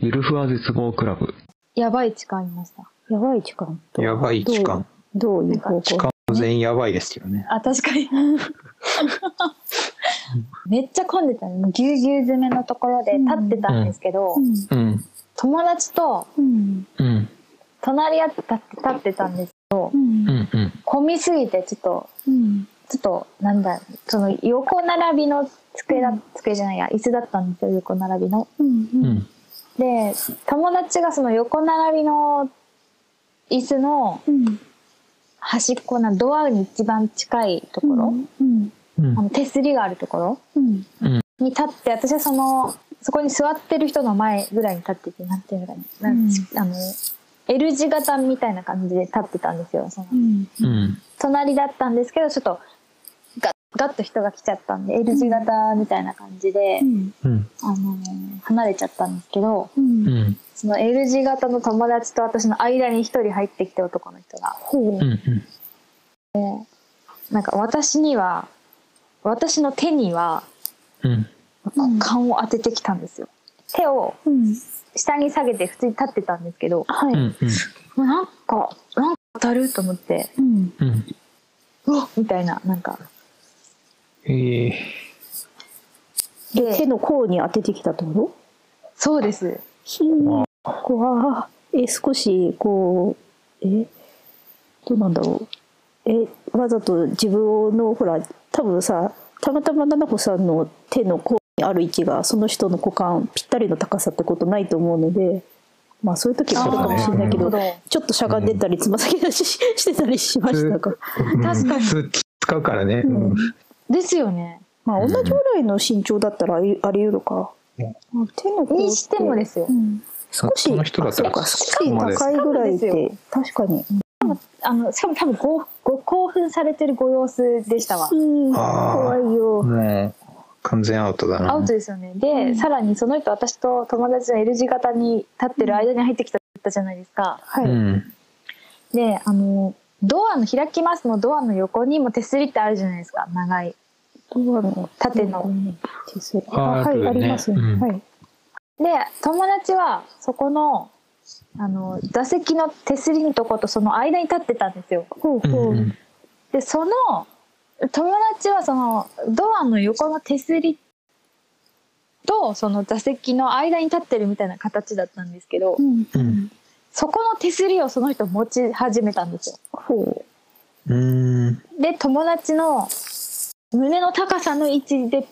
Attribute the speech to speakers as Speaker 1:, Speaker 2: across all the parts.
Speaker 1: ゆるふわ絶望クラブ。
Speaker 2: やばい痴漢いました。
Speaker 3: やばい痴漢と
Speaker 4: やばい痴漢。
Speaker 3: どういう方向
Speaker 4: 痴漢全員やばいですけどね。
Speaker 2: あ、確かに。めっちゃ混んでたの。もうぎゅうぎゅう詰めのところで
Speaker 3: うん
Speaker 2: 立ってたんですけど、
Speaker 3: うん
Speaker 4: うん。
Speaker 2: 友達と
Speaker 3: うん
Speaker 4: うん。
Speaker 2: 隣り合って立って立ってたんです。
Speaker 3: うん
Speaker 4: うん。うん。
Speaker 2: 混みすぎて、ちょっと、
Speaker 3: うん
Speaker 2: ちょっと、なんだろう、その横並びの机だ、机じゃないや、椅子だったんですよ、横並びの。
Speaker 3: うん
Speaker 4: うん。
Speaker 2: で、友達がその横並びの椅子の
Speaker 3: うん
Speaker 2: 端っこな、ドアに一番近いところ、
Speaker 3: うん
Speaker 4: うん
Speaker 2: あの手すりがあるところ
Speaker 3: うん
Speaker 2: に立って私はそのそこに座ってる人の前ぐらいに立っててなんていうのかななん
Speaker 3: うん
Speaker 2: あの L 字型みたいな感じで立ってたんですよその
Speaker 3: うん
Speaker 4: うん。
Speaker 2: 隣だったんですけどちょっとガッガッと人が来ちゃったんで L 字型みたいな感じで、
Speaker 3: うん
Speaker 4: うん。
Speaker 2: あの離れちゃったんですけど
Speaker 3: うん
Speaker 4: うん。
Speaker 2: その L 字型の友達と私の間に一人入ってきて男の人が
Speaker 3: ほ
Speaker 4: う
Speaker 3: う
Speaker 4: ん。
Speaker 2: なんか私には私の手には
Speaker 4: うん。
Speaker 3: うん
Speaker 2: 勘を当ててきたんですよ手を
Speaker 3: うん
Speaker 2: 下に下げて普通に立ってたんですけど
Speaker 3: はい
Speaker 4: うん。うん。
Speaker 2: もうなんかなんか当たると思って
Speaker 3: うん
Speaker 4: うん。
Speaker 2: うわっみたいななんか
Speaker 4: ええ。
Speaker 3: 手
Speaker 2: で
Speaker 3: の甲に当ててきたってこと
Speaker 2: そうです
Speaker 3: ひー怖ーえ少しこうえどうなんだろうえわざと自分のほら多分さたまたま七子さんの手の甲にある位置がその人の股間ぴったりの高さってことないと思うのでまあそういう時もあるかもしれないけど、
Speaker 2: そうだね
Speaker 3: ちょっとしゃがんでたりつま先出し ししてたりしましたが、
Speaker 4: 確
Speaker 2: 確かに
Speaker 4: 普通使うからね。
Speaker 3: うん
Speaker 2: ですよね
Speaker 3: まあ同じぐらいの身長だったらありあり得るか、
Speaker 4: ね
Speaker 3: まあ手の甲って
Speaker 2: にしてもですよ
Speaker 3: うん少し
Speaker 4: その人だったら
Speaker 3: あそうか少し
Speaker 4: そこまで
Speaker 3: 高いぐらい
Speaker 2: しかもで
Speaker 3: で確かに
Speaker 2: あのしかも多分ごご興奮されてるご様子でしたわ
Speaker 3: うん
Speaker 4: あー
Speaker 3: 怖いよ
Speaker 4: もう完全アウトだな。
Speaker 2: アウトですよねで、
Speaker 3: うん
Speaker 2: さらにその人私と友達の L 字型に立ってる間に入ってきたって言ったじゃないですか
Speaker 3: は
Speaker 4: う
Speaker 3: い
Speaker 4: ん。
Speaker 2: であのドアの開きますのドアの横にも手すりってあるじゃないですか長い
Speaker 3: ドアの
Speaker 2: 縦の
Speaker 3: 手すりあ
Speaker 4: あ
Speaker 3: は
Speaker 4: ある
Speaker 3: い
Speaker 4: よ
Speaker 3: あ
Speaker 4: ね
Speaker 3: りますね
Speaker 4: うん
Speaker 3: はい
Speaker 2: で友達はそこのあの座席の手すりのとことその間に立ってたんですよ
Speaker 3: ほう
Speaker 4: うん
Speaker 3: ほう
Speaker 4: うん
Speaker 2: でその友達はそのドアの横の手すりとその座席の間に立ってるみたいな形だったんですけど
Speaker 3: うん
Speaker 4: うん。
Speaker 2: そこの手すりをその人持ち始めたんですよ
Speaker 3: ほ
Speaker 4: うん。
Speaker 2: で友達の胸の高さの位置で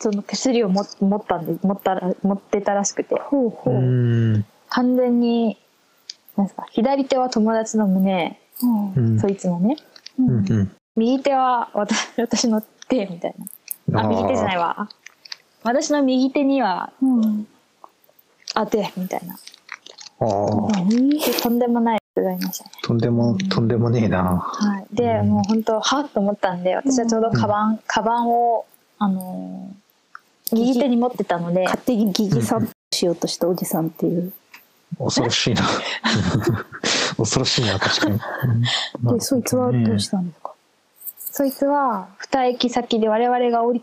Speaker 2: その手すりをも持ったんで持ったら持ってたらしくて
Speaker 3: うほうほ
Speaker 4: う。
Speaker 3: うん
Speaker 2: 完全になんですか左手は友達の胸
Speaker 3: うん
Speaker 4: うん
Speaker 2: そいつのね
Speaker 4: うんうん。
Speaker 2: 右手は私 私の手みたいなあ右手じゃない
Speaker 4: わ。
Speaker 2: わ私の右手には
Speaker 3: うん
Speaker 2: 当てみたいな
Speaker 4: あーあー。
Speaker 2: でとんでもないやつがいましたね、
Speaker 4: とんでも、とんでもねえな。
Speaker 2: はい、で、
Speaker 4: うん
Speaker 2: もう本当はっと思ったんで私はちょうどカバン、カバンをあのー右手に持ってたので
Speaker 3: 勝手に疑似散歩しようとしたおじさんっていう
Speaker 4: 恐ろし いな。恐ろしいな、確かに。
Speaker 3: でそいつはどうしたんですか
Speaker 2: そいつは二駅先で我々が降り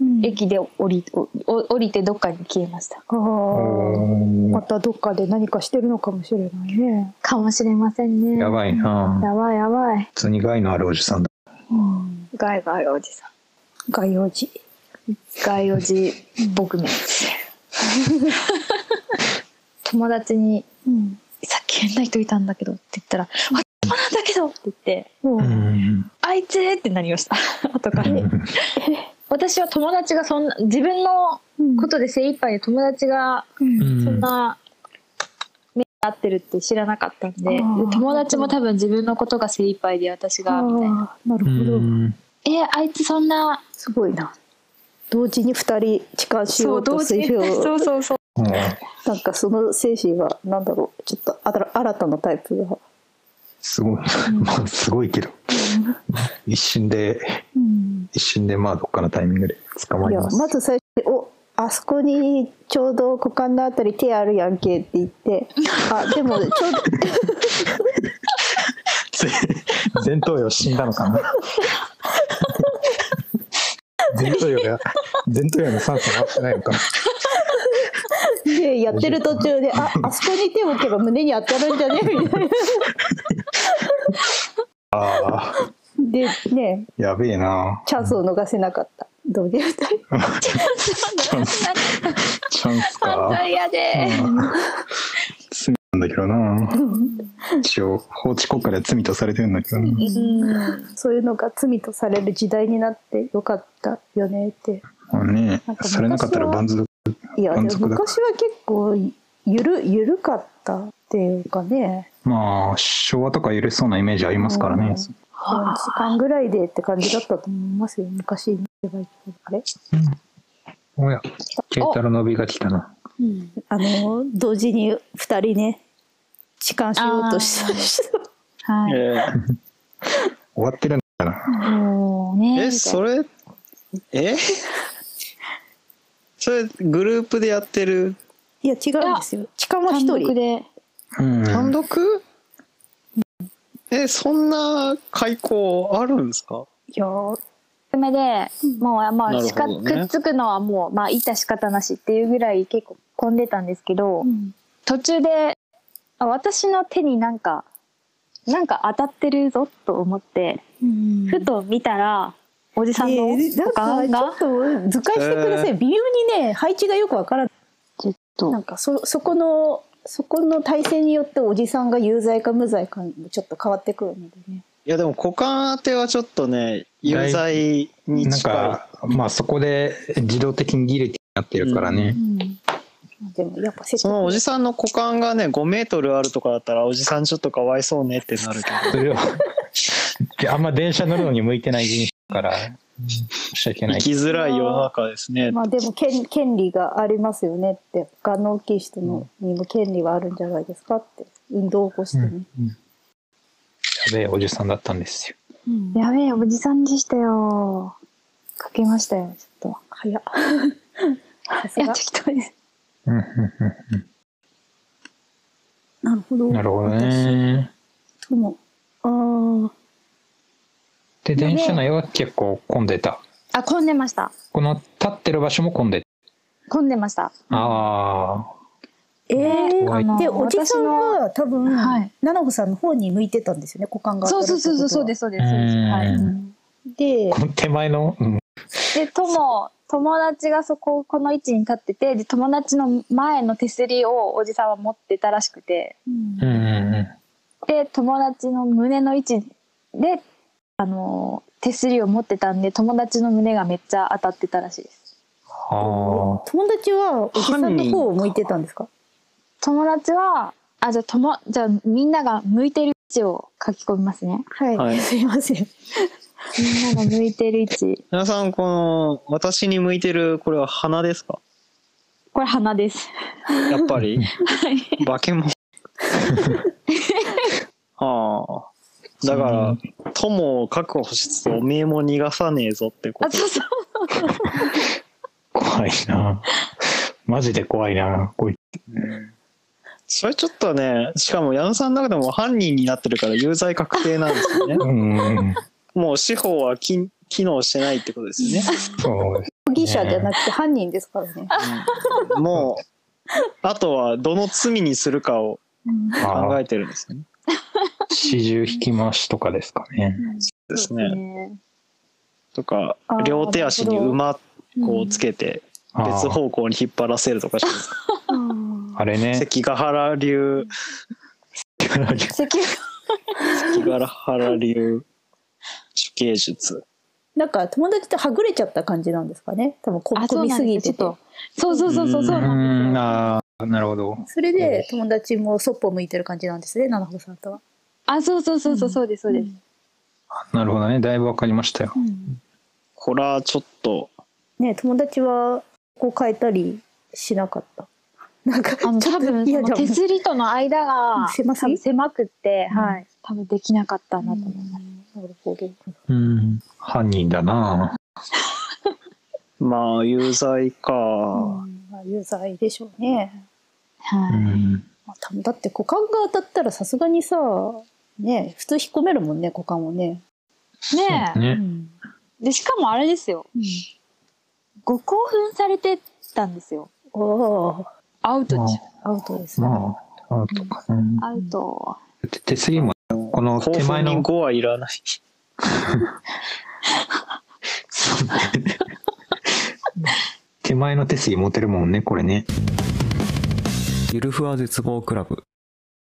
Speaker 3: うん
Speaker 2: 駅で降りおお降りてどっかに消えました
Speaker 3: ああま
Speaker 4: お
Speaker 3: たどっかで何かしてるのかもしれないね
Speaker 2: かもしれません
Speaker 4: ー
Speaker 2: ね
Speaker 4: やばいな。
Speaker 2: やばいやばい
Speaker 4: 普通に害のあるおじさんだ。
Speaker 3: うん
Speaker 2: ガイガイおじさん
Speaker 3: 概要時
Speaker 2: ガイおじ撲滅友達に
Speaker 3: うん
Speaker 2: 「さっき変な人いたんだけど」って言ったら「私もなんだけど」って言って
Speaker 3: もう
Speaker 4: うん。
Speaker 2: 「あいつ!」ってなりました 後から、私は友達がそんな自分の
Speaker 3: うん
Speaker 2: ことで精一杯で友達が
Speaker 3: うん
Speaker 2: そ
Speaker 4: ん
Speaker 2: んな目が合ってるって知らなかったんでで
Speaker 3: あー
Speaker 2: 友達も多分自分のことが精一杯で私がみたいな
Speaker 3: あーなる
Speaker 4: う
Speaker 3: ほど、
Speaker 4: ん。
Speaker 2: 「えーあいつそんな
Speaker 3: すごいな同時に二人痴漢しようとするよ
Speaker 2: そううそうそう
Speaker 3: なんかその精神はなんだろうちょっとあたら新たなタイプが、
Speaker 4: すごい。 まあ、すごいけど。一瞬で、
Speaker 3: うん、
Speaker 4: 一瞬で、まあ、どっかのタイミングで捕ま
Speaker 3: い
Speaker 4: り
Speaker 3: や
Speaker 4: ます。
Speaker 3: まず最初に「おあそこにちょうど股間のあたり手あるやんけ」って言って「あでもちょうど
Speaker 4: 前頭葉死んだの かな。前頭葉が、前頭葉の酸素が合ってないのかな。
Speaker 3: でやってる途 中で、あ、あそこに手を置けば胸に当たるんじゃねみたいな。
Speaker 4: ああ、
Speaker 3: で、ね、
Speaker 4: やべえな。
Speaker 3: チャンスを逃せなかった。どうで歌い
Speaker 4: チャンス、チャンス
Speaker 2: 反
Speaker 4: か。
Speaker 2: 対や
Speaker 4: う
Speaker 2: で。
Speaker 4: ん罪なんだけどな。一応、法治国家では罪とされてるんだけどな。
Speaker 2: うん。
Speaker 3: そういうのが罪とされる時代になってよかったよねって。
Speaker 4: もうね
Speaker 3: なんか、昔は
Speaker 4: されなかったら万族。
Speaker 3: いや、で
Speaker 4: 満足
Speaker 3: も
Speaker 4: だ
Speaker 3: 昔は結構ゆる、ゆるかったっていうかね、
Speaker 4: まあ、昭和とか許しそうなイメージありますから
Speaker 3: う
Speaker 4: ね
Speaker 3: ん。4時間ぐらいでって感じだったと思いますよ、昔に言えばいいけどあれ
Speaker 5: おや、ケイタロのびが来たな。
Speaker 3: あの、同時に2人ね、痴漢しようとした人。
Speaker 2: はい。
Speaker 4: 終わってるんだな。
Speaker 2: もうね。
Speaker 6: えそれえ それグループでやってる
Speaker 3: いや、違うんですよ。痴漢は1
Speaker 2: 単独
Speaker 3: 人。
Speaker 2: で。
Speaker 4: うん。
Speaker 6: 単独、えそんな開口あるんですか
Speaker 3: いや、う
Speaker 2: 低めで、もうま
Speaker 6: な
Speaker 2: あ、
Speaker 6: る
Speaker 2: しか
Speaker 6: ほどね
Speaker 2: くっつくのはもうまあいた仕方なしっていうぐらい結構混んでたんですけど、
Speaker 3: ん
Speaker 2: 途中であ私の手になんかなんか当たってるぞと思って、ふと見たらおじさんの
Speaker 3: えー
Speaker 2: 股間
Speaker 3: な
Speaker 2: が
Speaker 3: んかちょっと図解してください、
Speaker 6: えー
Speaker 3: 微妙にね配置がよくわからない
Speaker 2: ちょっ
Speaker 3: なんかそそこのそこの体制によっておじさんが有罪か無罪かもちょっと変わってくるのでね
Speaker 6: いやでも股間当てはちょっとね有罪に
Speaker 4: なん
Speaker 6: 近
Speaker 4: か、まあそこで自動的にギルティになってるからね。
Speaker 3: でもやっぱ
Speaker 6: い
Speaker 3: 説
Speaker 6: そのおじさんの股間がね5メートルあるとかだったらおじさんちょっとかわいそうねってなるけど
Speaker 4: それは あんま電車乗るのに向いてない人種だから、申し訳ない
Speaker 6: 生。きづらい世の中ですね
Speaker 3: まあでも権権利がありますよねって他の大きい人のにも権利はあるんじゃないですかって運動を起こしてね、
Speaker 4: やべえおじさんだったんですよ。
Speaker 2: やべえおじさんでしたよかけましたよちょっ
Speaker 3: 早っ さ
Speaker 2: とい
Speaker 3: す
Speaker 2: や
Speaker 3: が
Speaker 2: 適当です
Speaker 4: うんうん
Speaker 3: なるほど
Speaker 4: うんなるほどね。
Speaker 3: ともあ
Speaker 4: で、電車内は結構混んでた。
Speaker 2: あ混んでました
Speaker 4: この立ってる場所も混んで
Speaker 2: 混んでました
Speaker 4: た。あ
Speaker 3: えー
Speaker 4: 怖い
Speaker 2: あの
Speaker 3: でおじさんは多分、
Speaker 2: はい
Speaker 3: 菜々穂さんの方に向いてたんですよね股間が
Speaker 2: そうそうそうそうそうですすそうですそうです
Speaker 4: うん
Speaker 2: はい、
Speaker 3: で
Speaker 4: あ、この手前の、うん
Speaker 2: で友友達がそここの位置に立っててで友達の前の手すりをおじさんは持ってたらしくて
Speaker 4: うんうん
Speaker 2: で友達の胸の位置で、あのー手すりを持ってたんで友達の胸がめっちゃ当たってたらしいです
Speaker 4: は
Speaker 3: 友達はおじさんの方を向いてたんですか
Speaker 2: 友達はあじゃあともじゃあみんなが向いてる位置を書き込みますね
Speaker 3: はい、
Speaker 6: はい
Speaker 3: すいません
Speaker 2: みんなが向いてる位置
Speaker 6: 皆さんこの私に向いてるこれは鼻ですか
Speaker 2: これ鼻です
Speaker 6: やっぱり
Speaker 2: はい
Speaker 6: 化け物ああだから友を確保しつつおめえも逃がさねえぞってこ
Speaker 2: あ
Speaker 6: と
Speaker 2: そうそう
Speaker 4: あ。怖いな。マジで怖いな。こい
Speaker 6: それちょっとねしかも矢野さんの中でも犯人になってるから有罪確定なんですよね
Speaker 4: うんうん。
Speaker 6: もう司法は機機能してないってことですよね、
Speaker 4: そうです
Speaker 3: 容疑者じゃなくて犯人ですからね
Speaker 6: うんもうあとはどの罪にするかを考
Speaker 4: あ
Speaker 6: えてるんですよね
Speaker 4: ー四十引き回しとかですかね。
Speaker 6: です
Speaker 2: です
Speaker 6: ね
Speaker 2: ね
Speaker 6: とか
Speaker 3: あー
Speaker 6: 両手足に馬こうつけて
Speaker 4: あー
Speaker 6: 別方向に引っ張らせるとかします
Speaker 4: あれね。
Speaker 6: 関ヶ原流関ヶ原流処刑術
Speaker 3: なんか友達とはぐれちゃった感じなんですかね多分こ
Speaker 2: あそ
Speaker 3: 込
Speaker 2: う
Speaker 3: み
Speaker 2: な
Speaker 3: す
Speaker 2: んで
Speaker 3: ぎ
Speaker 2: す
Speaker 3: て
Speaker 2: よ
Speaker 3: て
Speaker 2: ちょっとそうそうそうそうそうなんですよ
Speaker 4: んああ、なるほど。
Speaker 3: それで友達もそっぽ向いてる感じなんですね七穂さんとは
Speaker 2: あそうそうそうそうそうですそうです、
Speaker 4: なるほどね。だいぶわかりましたよ。
Speaker 6: これはちょっと
Speaker 3: ね友達はこう変えたりしなかったなんか
Speaker 2: あの
Speaker 3: ちょ
Speaker 2: 多
Speaker 3: っと
Speaker 2: 分
Speaker 3: いや
Speaker 2: その
Speaker 3: でも
Speaker 2: 手すりとの間が
Speaker 3: 狭す
Speaker 2: 多
Speaker 3: ぎ
Speaker 2: 分狭くって、
Speaker 3: うん
Speaker 2: はい、多分できなかったなと思います。
Speaker 3: なるほど
Speaker 4: うん。犯人だな。
Speaker 6: まあ有罪か、
Speaker 3: うんまあ有罪でしょうね
Speaker 4: う
Speaker 2: はい
Speaker 4: ん。
Speaker 3: まあ、多分だって股間が当たったらさすがにさね普通引っ込めるもんね股間をね、
Speaker 2: ねえ
Speaker 4: ね。
Speaker 2: でしかもあれですよ、ご興奮されてたんですよ
Speaker 3: ああ
Speaker 2: アウトじゃ
Speaker 3: アウトですね。
Speaker 4: まあ、アウトかね。
Speaker 2: ん。アウト。
Speaker 4: 手手すりも、この
Speaker 6: 豊
Speaker 4: 手前
Speaker 6: 富
Speaker 4: の、
Speaker 6: に5はいらない。
Speaker 4: 手前の手すり持てるもんね、これね。
Speaker 7: ゆるふわ絶望クラブ。